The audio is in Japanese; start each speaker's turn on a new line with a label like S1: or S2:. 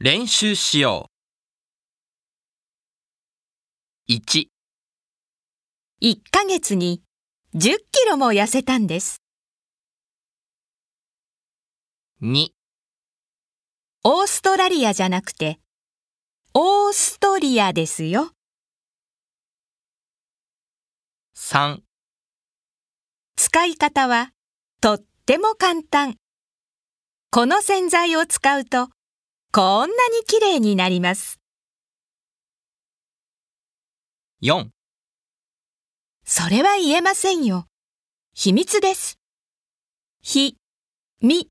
S1: 練習しよう。1、
S2: 1ヶ月に10キロも痩せたんです。
S1: 2、
S2: オーストラリアじゃなくて、オーストリアですよ。
S1: 3、
S2: 使い方はとっても簡単。この洗剤を使うと、こんなに綺麗になります。
S1: 4、
S2: それは言えませんよ。秘密です。ひ、み、